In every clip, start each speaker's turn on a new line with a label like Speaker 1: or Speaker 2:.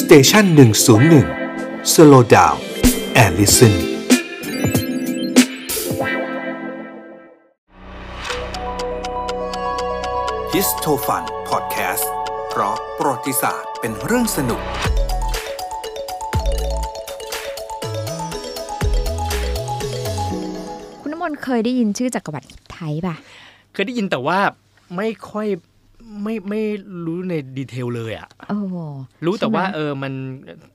Speaker 1: สเตชันหนึ่งศูนย์หนึ่งสโลดาวแอลลิสัน ฮิสโทฟันพอดแคสต์เพราะประวัติศาสตร์เป็นเรื่องสนุก
Speaker 2: คุณน้ำมนต์เคยได้ยินชื่อจักรวรรดิไทยป่ะ
Speaker 3: เคยได้ยินแต่ว่าไม่ค่อยไม่ไม่รู้ในดีเทลเลยอะ
Speaker 2: โอ้โห
Speaker 3: รู้แต่ว่า
Speaker 2: ใช่ไหม
Speaker 3: เออมัน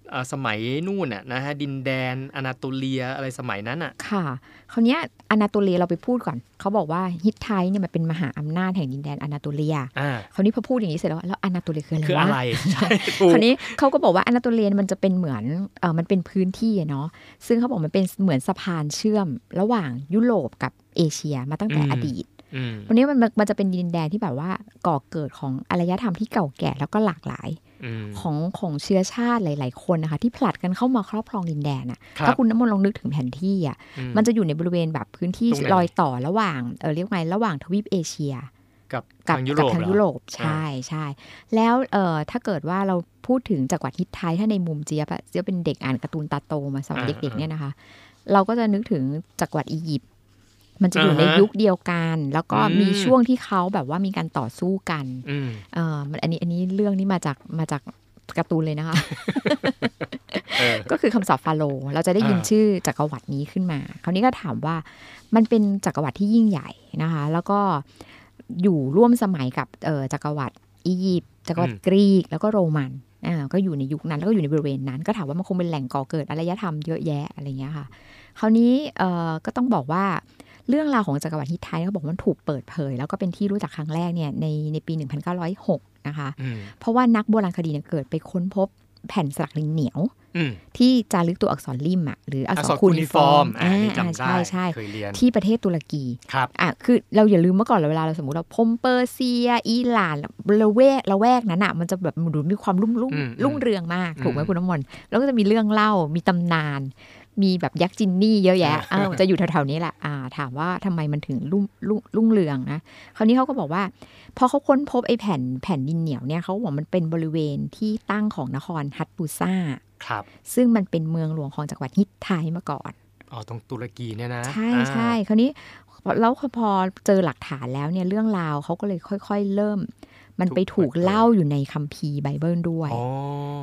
Speaker 3: เอ่อสมัยนู่นน่ะนะฮะดินแดนอนาโตเลียอะไรสมัยนั้นอ่ะ
Speaker 2: ค่ะ คราวเนี้ยอนาโตเลียเราไปพูดก่อน เขาบอกว่าฮิตไทยเนี่ยมันเป็นมหาอำนาจแห่งดินแดนอนาโตเลีย
Speaker 3: อ่า
Speaker 2: คราวนี้พอพูดอย่างนี้เสร็จแล้ว แล้วอนาโตเลียคืออะไร
Speaker 3: คืออะไร
Speaker 2: วะ
Speaker 3: ใช่ถูก
Speaker 2: คราวนี้เขาก็บอกว่าอนาโตเลียมันจะเป็นเหมือนเออมันเป็นพื้นที่อะเนาะ ซึ่งเขาบอกมันเป็นเหมือนสะพานเชื่อม ระหว่างยุโรปกับเอเชียมาตั้งแต่อดีต
Speaker 3: อืม
Speaker 2: วันนี้มันมันจะเป็นดินแดนที่แบบว่าก่อเกิดของอารยธรรมที่เก่าแก่แล้วก็หลากหลาย
Speaker 3: อืม
Speaker 2: ของของเชื้อชาติหลาย ๆ คนนะคะ ที่ผลัดกันเข้ามาครอบครองดินแดนอะ
Speaker 3: ครับ
Speaker 2: ถ้าคุณน้ำมนต์ลองนึกถึงแผนที่อะ
Speaker 3: อื
Speaker 2: มันจะอยู่ในบริเวณแบบพื้นที่
Speaker 3: ตรงไหน
Speaker 2: รอยต่อระหว่างเออเรียกไงระหว่างทวีปเอเชีย
Speaker 3: กับ
Speaker 2: กั
Speaker 3: ทางยุโร
Speaker 2: กั
Speaker 3: ป
Speaker 2: ทาง
Speaker 3: เหรอ
Speaker 2: ยุโรป
Speaker 3: อ่า
Speaker 2: ใช่ใช่แล้วเออถ้าเกิดว่าเราพูดถึงจักรวรรดิฮิตไทยถ้าในมุมเจี๊ยบอะเจี๊ยบเป็นเด็กอ่านการ์ตูนตาโตมาสมัยเด็ก ๆ เนี่ยนะคะ เราก็จะนึกถึงจักรวรรดิอียิปต์มันจะอยู่ในยุคเดียวกัน แล้วก็มีช่วงที่เขาแบบว่ามีการต่อสู้กัน
Speaker 3: อืม
Speaker 2: เอ่อมันอันนี้อันนี้เรื่องนี้มาจากมาจากการ์ตูนเลยนะคะ
Speaker 3: เออ
Speaker 2: ก็คือคำศัพท์ฟาโรห์เราจะได้ยิน
Speaker 3: อ่า
Speaker 2: ชื่อจักรวรรดินี้ขึ้นมา คราวนี้ก็ถามว่ามันเป็นจักรวรรดิที่ยิ่งใหญ่นะคะ แล้วก็อยู่ร่วมสมัยกับเอ่อจักรวรรดิอียิปต์จักรวรรดิกรีกแล้วก็โรมันอ่าก็อยู่ในยุคนั้นแล้วก็อยู่ในบริเวณนั้น ก็ถามว่ามันคงเป็นแหล่งก่อเกิดอารยธรรมเยอะแยะอะไรอย่างเงี้ยค่ะ คราวนี้เอ่อก็ต้องบอกว่าเรื่องราวของจักรวรรดิฮิตไทยเขาบอกว่ามันถูกเปิดเผย แล้วก็เป็นที่รู้จักครั้งแรกเนี่ยในในปี 1906 นะคะ
Speaker 3: อืม
Speaker 2: เพราะว่านักโบราณคดีเนี่ยเกิดไปค้นพบแผ่นสลักลิงเหนียว
Speaker 3: อืม
Speaker 2: ที่จารึกตัวอักษรลิมอ่ะหรืออัก
Speaker 3: อัก
Speaker 2: ษ
Speaker 3: ษ
Speaker 2: ร
Speaker 3: ร
Speaker 2: คู
Speaker 3: คู
Speaker 2: นิ
Speaker 3: นิ
Speaker 2: ฟ
Speaker 3: ฟ
Speaker 2: อ
Speaker 3: อ
Speaker 2: ร์
Speaker 3: ร์
Speaker 2: ม
Speaker 3: มอ่านี่
Speaker 2: อ่า
Speaker 3: จำได้
Speaker 2: ใช่ใช่
Speaker 3: เคยเรียน
Speaker 2: ที่ประเทศตุรกี
Speaker 3: ครับ
Speaker 2: อ่ะคือเราอย่าลืมเมื่อก่อนเราเวลาเราสมมติเราพมเปอร์เซีย อิหร่านละเวกละแวกนั้นอ่ะมันจะแบบดูมีความรุ่มรุ่ง
Speaker 3: อืม
Speaker 2: รุ่งเรืองมาก ถูกไหม
Speaker 3: อืม
Speaker 2: คุณน้ำมนต์แล้วก็จะมีเรื่องเล่ามีตำนาน มีแบบยักษ์จินนี่เยอะแยะ
Speaker 3: อ่า
Speaker 2: อ้าวจะอยู่แถวๆนี้แหละอ่าถามว่าทำไมมันถึงรุ่มรุ่งรุ่งเรืองนะคราวนี้เขาก็บอกว่า พอเขาค้นพบไอ้แผ่นแผ่นดินเหนียวเนี่ยเขาบอกมันเป็นบริเวณที่ตั้งของนครฮัตบูซ่า
Speaker 3: ครับ
Speaker 2: ซึ่งมันเป็นเมืองหลวงของจักรวรรดิฮิตไทยมาก่อน
Speaker 3: อ๋อตรงตุรกีเนี่ยนะ
Speaker 2: ใช่
Speaker 3: อ่า
Speaker 2: ใช่คราวนี้แล้วพอเจอหลักฐานแล้วเนี่ยเรื่องราวเขาก็เลยค่อย ๆ เริ่ม มันไปถูกเล่าอยู่ในคัมภีร์ไบเบิลด้วย
Speaker 3: อ๋อ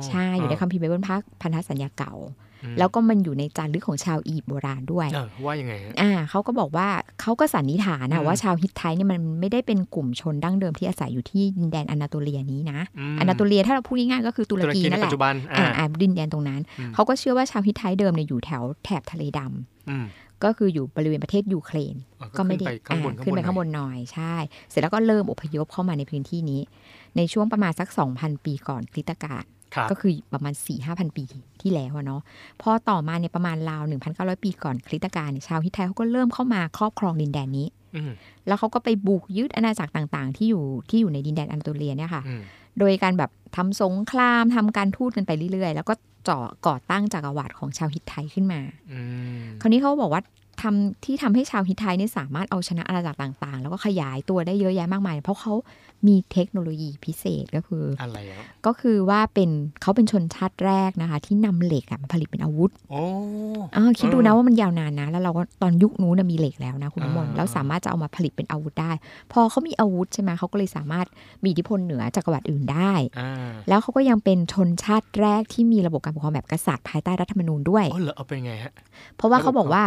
Speaker 2: ใช่อยู่ในคัมภีร์ไบเบิลพักพันธสัญญาเก่า
Speaker 3: อืม
Speaker 2: แล้วก็มันอยู่ในจารึกของชาวอียิปต์โบราณด้วย
Speaker 3: เออว่ายังไงฮะ
Speaker 2: อ่าเขาก็บอกว่าเขาก็สันนิษฐานนะ
Speaker 3: อืม
Speaker 2: ว่าชาวฮิตไทยเนี่ยมันไม่ได้เป็นกลุ่มชนดั้งเดิมที่อาศัยอยู่ที่ดินแดนอนาโตเลียนี้นะ
Speaker 3: ม
Speaker 2: อนาโตเลียถ้าเราพูดง่ายๆก็คือตุร
Speaker 3: ตุร
Speaker 2: กี
Speaker 3: กีใน
Speaker 2: นั่นแห
Speaker 3: ปัจ
Speaker 2: ละ
Speaker 3: จุบัน
Speaker 2: อ่า
Speaker 3: อ่า
Speaker 2: อ่าดินแดนตรงนั้น
Speaker 3: อืม
Speaker 2: เขาก็เชื่อว่าชาวฮิตไทยเดิมเนี่ยอยู่แถวแถบทะเลดำ
Speaker 3: อืม
Speaker 2: ก็คืออยู่บริเวณประเทศยูเครน
Speaker 3: อ่ะ
Speaker 2: ก็ไม่ได้
Speaker 3: ขึ้นไปข้างบน
Speaker 2: อ่าขึ้นไปข้างบนหน่อยใช่ เสร็จแล้วก็เริ่มอพยพเข้ามาในพื้นที่นี้ ในช่วงประมาณสัก 2,000 ปีก่อนคริสตกาล
Speaker 3: ครับ
Speaker 2: ก็คือประมาณ 4 5 0 0 ปีที่แล้วอะเนาะพอต่อมาเนี่ยประมาณราว 1,900 ปีก่อนคริสตกาลเนี่ยชาวฮิตไทยเขาก็เริ่มเข้ามาครอบครองดินแดนนี้
Speaker 3: อืม
Speaker 2: แล้วเขาก็ไปบุกยึดอาณาจักรต่างๆ ที่อยู่ที่อยู่ในดินแดนอันโตเลียเนี่ยค่ะ
Speaker 3: อืม
Speaker 2: โดยการแบบทำสงครามทำการทูตกันไปเรื่อยๆ แล้วก็เจาะก่อตั้งจักรวรรดิของชาวฮิตไทยขึ้นมา
Speaker 3: อืม
Speaker 2: คราวนี้เขาบอกว่าทำที่ทำให้ชาวฮิตไทยเนี่ยสามารถเอาชนะอาณาจักรต่างๆ แล้วก็ขยายตัวได้เยอะแยะมากมาย เพราะเขามีเทคโนโลยีพิเศษก็คือ
Speaker 3: อะไรอ่ะ
Speaker 2: ก็คือว่าเป็นเขาเป็นชนชาติแรกนะคะ ที่นำเหล็กอะมาผลิตเป็นอาวุธ
Speaker 3: โอ้
Speaker 2: อ่าคิดดูนะ
Speaker 3: เออ
Speaker 2: ว่ามันยาวนานนะ แล้วเราก็ตอนยุคนู้นนะมีเหล็กแล้วนะคุณน้ำมนต์
Speaker 3: อ่า
Speaker 2: แล้วสามารถจะเอามาผลิตเป็นอาวุธได้ พอเขามีอาวุธใช่ไหมเขาก็เลยสามารถมีอิทธิพลเหนือจักรวรรดิอื่นได้
Speaker 3: อ่า
Speaker 2: แล้วเขาก็ยังเป็นชนชาติแรกที่มีระบบการปกครองแบบกษัตริย์ภายใต้รัฐธรรมนูญด้วย
Speaker 3: อ๋อเหรอเอาเป็นไงฮะ
Speaker 2: เพราะว่า
Speaker 3: ระบบ
Speaker 2: เขาบอกว่า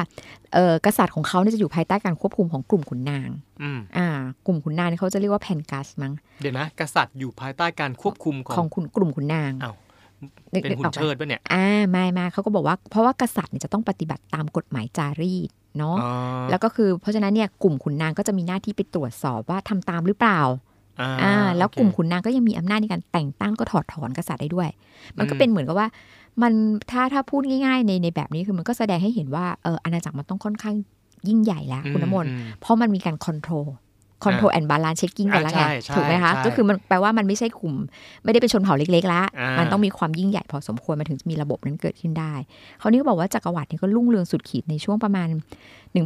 Speaker 2: เอ่อกษัตริย์ของเขาเนี่ยจะอยู่ภายใต้การควบคุมของกลุ่มขุนนาง
Speaker 3: อืม
Speaker 2: อ่า กลุ่มขุนนางเนี่ยเขาจะเรียกว่าแพนกัสมั้ง
Speaker 3: เดี๋ยวนะ กษัตริย์อยู่ภายใต้การควบคุม
Speaker 2: ข
Speaker 3: ข
Speaker 2: อ
Speaker 3: อง ง
Speaker 2: ขุนกลุ่มขุนนาง
Speaker 3: อ้าว
Speaker 2: ก
Speaker 3: เป็น
Speaker 2: ก
Speaker 3: หุ่
Speaker 2: ออน กไหม
Speaker 3: เชิดปะเนี่ย
Speaker 2: อ่าไม่ไม่เขาก็บอกว่า เพราะว่ากษัตริย์เนี่ยจะต้องปฏิบัติตามกฎหมายจารีตเนาะ
Speaker 3: อ๋อ
Speaker 2: แล้วก็คือเพราะฉะนั้นเนี่ยกลุ่มขุนนางก็จะมีหน้าที่ไปตรวจสอบว่าทำตามหรือเปล่า
Speaker 3: อ่า
Speaker 2: อ่าแล้วกลุ่ม
Speaker 3: โอเค
Speaker 2: ขุนนางก็ยังมีอำนาจในการแต่งตั้งก็ถอดถอนกษัตริย์ได้ด้วย มันก็
Speaker 3: อืม
Speaker 2: เป็นเหมือนกับว่า มันถ้าถ้าพูดง่าย ๆ ในในแบบนี้คือมันก็แสดงให้เห็นว่าเอออาณาจักรมันต้องค่อนข้างยิ่งใหญ่แล้วคุณน้ำมนต์
Speaker 3: อื
Speaker 2: เพราะมันมีการ control control and balance checking กันแล้วไง
Speaker 3: อ่าใช่ใช่
Speaker 2: ถูกไหมคะ
Speaker 3: ใช่
Speaker 2: ก็คือมันแปลว่ามันไม่ใช่กลุ่ม ไม่ได้เป็นชนเผ่าเล็กๆละ
Speaker 3: อ่ามั
Speaker 2: มันต้องมีความยิ่งใหญ่พอสมควรมันถึงจะมีระบบนั้นเกิดขึ้นได้คราวนี้ก็บอกว่าจักรวรรดินี่ก็รุ่งเรืองสุดขีดในช่วงประมาณ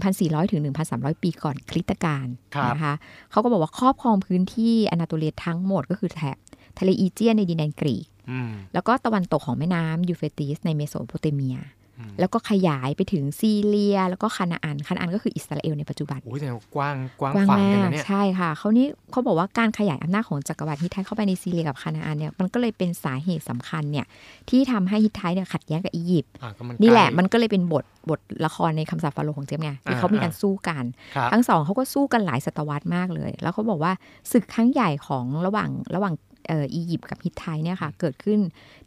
Speaker 2: 1,400 ถึง 1,300 ปีก่อนคริสตกาล
Speaker 3: ครับ
Speaker 2: นะคะเขาก็บอกว่าครอบครองพื้นที่อนาโตเลียทั้งหมดก็คือแถบทะเลอีเจียนในดินแดนกรีก
Speaker 3: อืม
Speaker 2: แล้วก็ตะวันตกของแม่น้ำยูเฟรติสในเมโสโปเตเมีย
Speaker 3: อืม
Speaker 2: แล้วก็ขยายไปถึงซีเรีย แล้วก็คานาอันคานาอันก็คืออิสราเอลในปัจจุบัน
Speaker 3: โอ้ยแต่กว้างกว้าง
Speaker 2: กว้าง
Speaker 3: ขวาง
Speaker 2: มา
Speaker 3: กัน
Speaker 2: ก
Speaker 3: นะเนี่ย
Speaker 2: ใช่ค่ะเขานี่เขาบอกว่าการขยายอำนาจของจักรวรรดิฮิตไทเข้าไปในซีเรียกับคานาอันเนี่ยมันก็เลยเป็นสาเหตุสำคัญเนี่ยที่ทำให้ฮิตไทเนี่ยขัดแย้งกับอียิปต์
Speaker 3: อ่ะก็มัน
Speaker 2: นี่แหละ
Speaker 3: ใกล้
Speaker 2: มันก็เลยเป็นบทบทละครในคำสาปฟาโรห์ของเจมส์ไงที่
Speaker 3: อ่า
Speaker 2: เขามีการ
Speaker 3: อ่า
Speaker 2: สู้กัน
Speaker 3: ครับ
Speaker 2: ทั้งสองเขาก็สู้กันหลายศตวรรษมากเลย แล้วเขาบอกว่าศึกครั้งใหญ่ของระหว่างระหว่างเอ่ออียิปต์กับฮิตไทเนี่ยค่ะเกิดขึ้น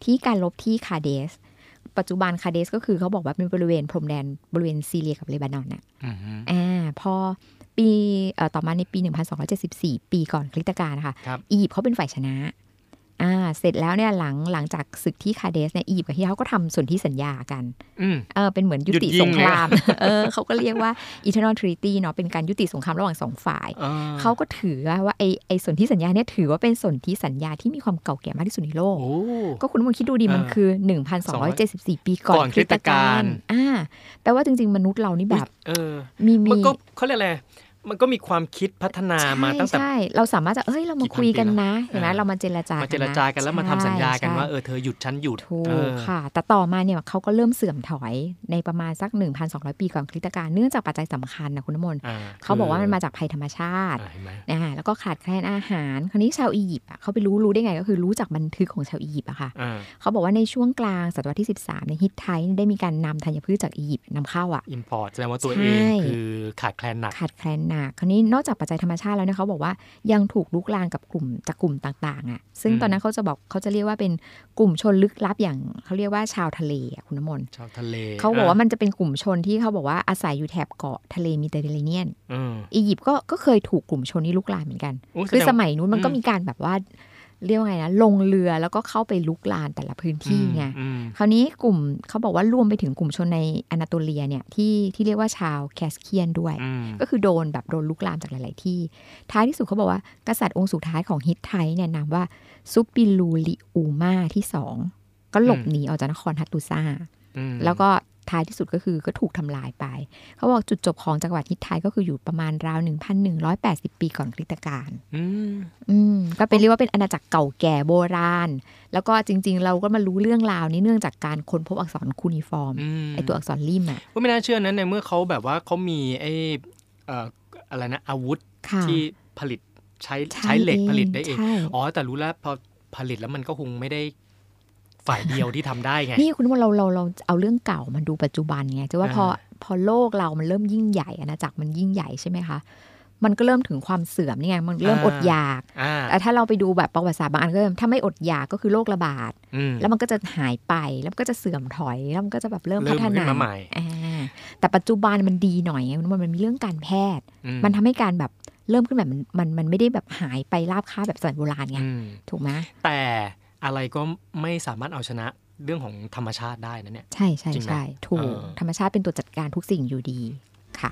Speaker 2: ที่การรบที่คาเดส ปัจจุบันคาเดสก็คือเขาบอกว่าเป็นบริเวณพรมแดนบริเวณซีเรียกับเลบานอนน่ะ
Speaker 3: อืมฮึ
Speaker 2: อ่าพอปีเอ่อต่อมาในปี 1274 ปีก่อนคริสตกาลนะคะ
Speaker 3: ครับ
Speaker 2: อียิปต์เขาเป็นฝ่ายชนะอ่าเสร็จแล้วเนี่ยหลังหลังจากศึกที่คาเดสเนี่ยอียิปต์กับฮิตไทเขาก็ทำสนธิสัญญากัน
Speaker 3: อืม
Speaker 2: เออเป็นเหมือนยุติ
Speaker 3: หยุดยิ
Speaker 2: ส
Speaker 3: ง
Speaker 2: ง
Speaker 3: ไง
Speaker 2: คราม เออเขาก็เรียกว่า Eternal Treaty เนาะเป็นการยุติสงครามระหว่างสองฝ่าย
Speaker 3: อ่
Speaker 2: เขาก็ถือว่าไอไอสนธิสัญญาเนี่ยถือว่าเป็นสนธิสัญญาที่มีความเก่าแก่มากที่สุดในโลก
Speaker 3: โอ้
Speaker 2: ก็คุณมนคิดดูดิมัน
Speaker 3: อ่า
Speaker 2: คือ 1,274 ปีก่อ
Speaker 3: ก่อน น
Speaker 2: คริสตกาล
Speaker 3: คริสตกาล
Speaker 2: อ่าแปลว่าจริง ๆ มนุษย์เรานี่แบบ
Speaker 3: เออ
Speaker 2: มี
Speaker 3: มัน
Speaker 2: มี
Speaker 3: ก็เขาเรียกอะไรมันก็มีความคิดพัฒนามาตั้งแต่
Speaker 2: ใช่ใช่เราสามารถจะเอ้ยเรามาคุยกันนะ
Speaker 3: กี่พันปีแล้ว
Speaker 2: เห็นไหม
Speaker 3: เออ
Speaker 2: เรามาเจรจา
Speaker 3: มา
Speaker 2: มา
Speaker 3: เจรจากันแล้วมาทำสัญญากันว่าเออเธอหยุดฉันหยุด
Speaker 2: ถู
Speaker 3: เอก อ
Speaker 2: ค่ะ แต่ต่อมาเนี่ยเขาก็เริ่มเสื่อมถอยในประมาณสัก 1,200 ปีก่อนคริสตกาลเนื่องจากปัจจัยสำคัญนะคุณน้ำมนต์เขาบอกว่ามันมาจากภัยธรรมชาติ
Speaker 3: อ่ะเห็นไหม
Speaker 2: นะคะแล้วก็ขาดแคลนอาหารคราวนี้ชาวอียิปต์อ่ะเขาไปรู้รู้ได้ไงก็คือรู้จากบันทึกของชาวอียิปต์อะค่ะ
Speaker 3: อ่า
Speaker 2: เขาบอกว่าในช่วงกลางศตวรรษที่ 13ในยฮิตไทเนี่ยได้มีการนำธัญพืชจากอียิปต์นำเข้าอ่ะ
Speaker 3: อิมพอร์ตแสดงว่าตัว
Speaker 2: ใช่
Speaker 3: เองคือขาดแคลนหนัก
Speaker 2: ขาดแคลนหนักคราวนี้นอกจากปัจจัยธรรมชาติแล้วเนี่ยเขาบอกว่ายังถูกลุกลานกับกลุ่มจากกลุ่มต่างๆอ่ะซึ่ง
Speaker 3: อืม
Speaker 2: ตอนนั้นเขาจะบอกเขาจะเรียกว่าเป็นกลุ่มชนลึกลับอย่างเขาเรียกว่าชาวทะเลอ่ะคุณน้ำมนต์
Speaker 3: ชาวทะเล
Speaker 2: เขาบอกว่ามันจะเป็นกลุ่มชนที่เขาบอกว่าอาศัยอยู่แถบเกาะทะเลมิเตอร์เรเนียน
Speaker 3: เออ
Speaker 2: อียิปต์ก็ก็เคยถูกกลุ่มชนนี้ลุกลานเหมือนกัน
Speaker 3: โอ้
Speaker 2: คือ
Speaker 3: แดง
Speaker 2: สมัยนู้นมันก็
Speaker 3: อืม
Speaker 2: มีการแบบว่าเรียกว่าไงนะลงเรือแล้วก็เข้าไปลุกลานแต่ละพื้นที่ไง
Speaker 3: อืม
Speaker 2: คราวนี้กลุ่มเขาบอกว่ารวมไปถึงกลุ่มชนในอนาโตเลียเนี่ยที่ที่เรียกว่าชาวแคสเคียนด้วย
Speaker 3: อืม
Speaker 2: ก็คือโดนแบบโดนลุกลามจากหลาย ๆ ที่ ท้ายที่สุดเขาบอกว่ากษัตริย์องค์สุดท้ายของฮิตไทเนี่ยนามว่าซุปปิลูลิอูมาที่สองก็หลบหนีออกจากนครฮัตตูซา
Speaker 3: อืม
Speaker 2: แล้วก็ท้ายที่สุดก็คือก็ถูกทำลายไป เขาบอกจุดจบของจักรวรรดิฮิตไทก็คืออยู่ประมาณราว 1,180 ปีก่อนคริสตกาล
Speaker 3: อืม
Speaker 2: อืมก็เป็นเรียกว่าเป็นอาณาจักรเก่าแก่โบราณ แล้วก็จริง ๆ เราก็มารู้เรื่องราวนี้เนื่องจากการค้นพบอักษรคูนิฟอร์ม
Speaker 3: อืม
Speaker 2: ไอตัวอักษรลิมอะ
Speaker 3: ก็ไม่น่าเชื่อนะในเมื่อเขาแบบว่าเขามีไอเอ่ออะไรนะอาวุธ
Speaker 2: ค่ะ
Speaker 3: ที่ผลิตใช้ใช้เหล็กผลิตได้เอง
Speaker 2: ใช่
Speaker 3: อ๋อแต่รู้แล้วพอผลิตแล้วมันก็คงไม่ได้ฝ่ายเดียวที่ทำได้ไง
Speaker 2: นี่คุณว่าเราเราเราเอาเรื่องเก่ามาดูปัจจุบันไงจะว่าพอ
Speaker 3: อ่า
Speaker 2: พอโลกเรามันเริ่มยิ่งใหญ่อาณาจักรมันยิ่งใหญ่ใช่ไหมคะ มันก็เริ่มถึงความเสื่อมนี่ไงมันเริ่มอดอยาก
Speaker 3: อ่า
Speaker 2: แต่ถ้าเราไปดูแบบประวัติศาสตร์บางอันก็เริ่มถ้าไม่อดอยากก็คือโรคระบาด
Speaker 3: อืม
Speaker 2: แล้วมันก็จะหายไปแล้วมันก็จะเสื่อมถอยแล้วมันก็จะแบบเริ่ม
Speaker 3: เริ่
Speaker 2: พั
Speaker 3: ม
Speaker 2: ฒนา
Speaker 3: ขึ้นมาใหม่
Speaker 2: อ่าแต่ปัจจุบันมันดีหน่อยไงมันมันมีเรื่องการแพทย์
Speaker 3: อื
Speaker 2: มันทำให้การแบบเริ่มขึ้นแบบมันมันมันไม่ได้แบบหายไปราบคาบแบบสมัยโบราณไง
Speaker 3: อืม
Speaker 2: ถูกไหม
Speaker 3: แต่อะไรก็ไม่สามารถเอาชนะเรื่องของธรรมชาติได้นะเนี่ย
Speaker 2: ใช่ใช่
Speaker 3: จริงไหม
Speaker 2: ใช่ถู
Speaker 3: เอก อ
Speaker 2: ธรรมชาติเป็นตัวจัดการทุกสิ่งอยู่ดีค่ะ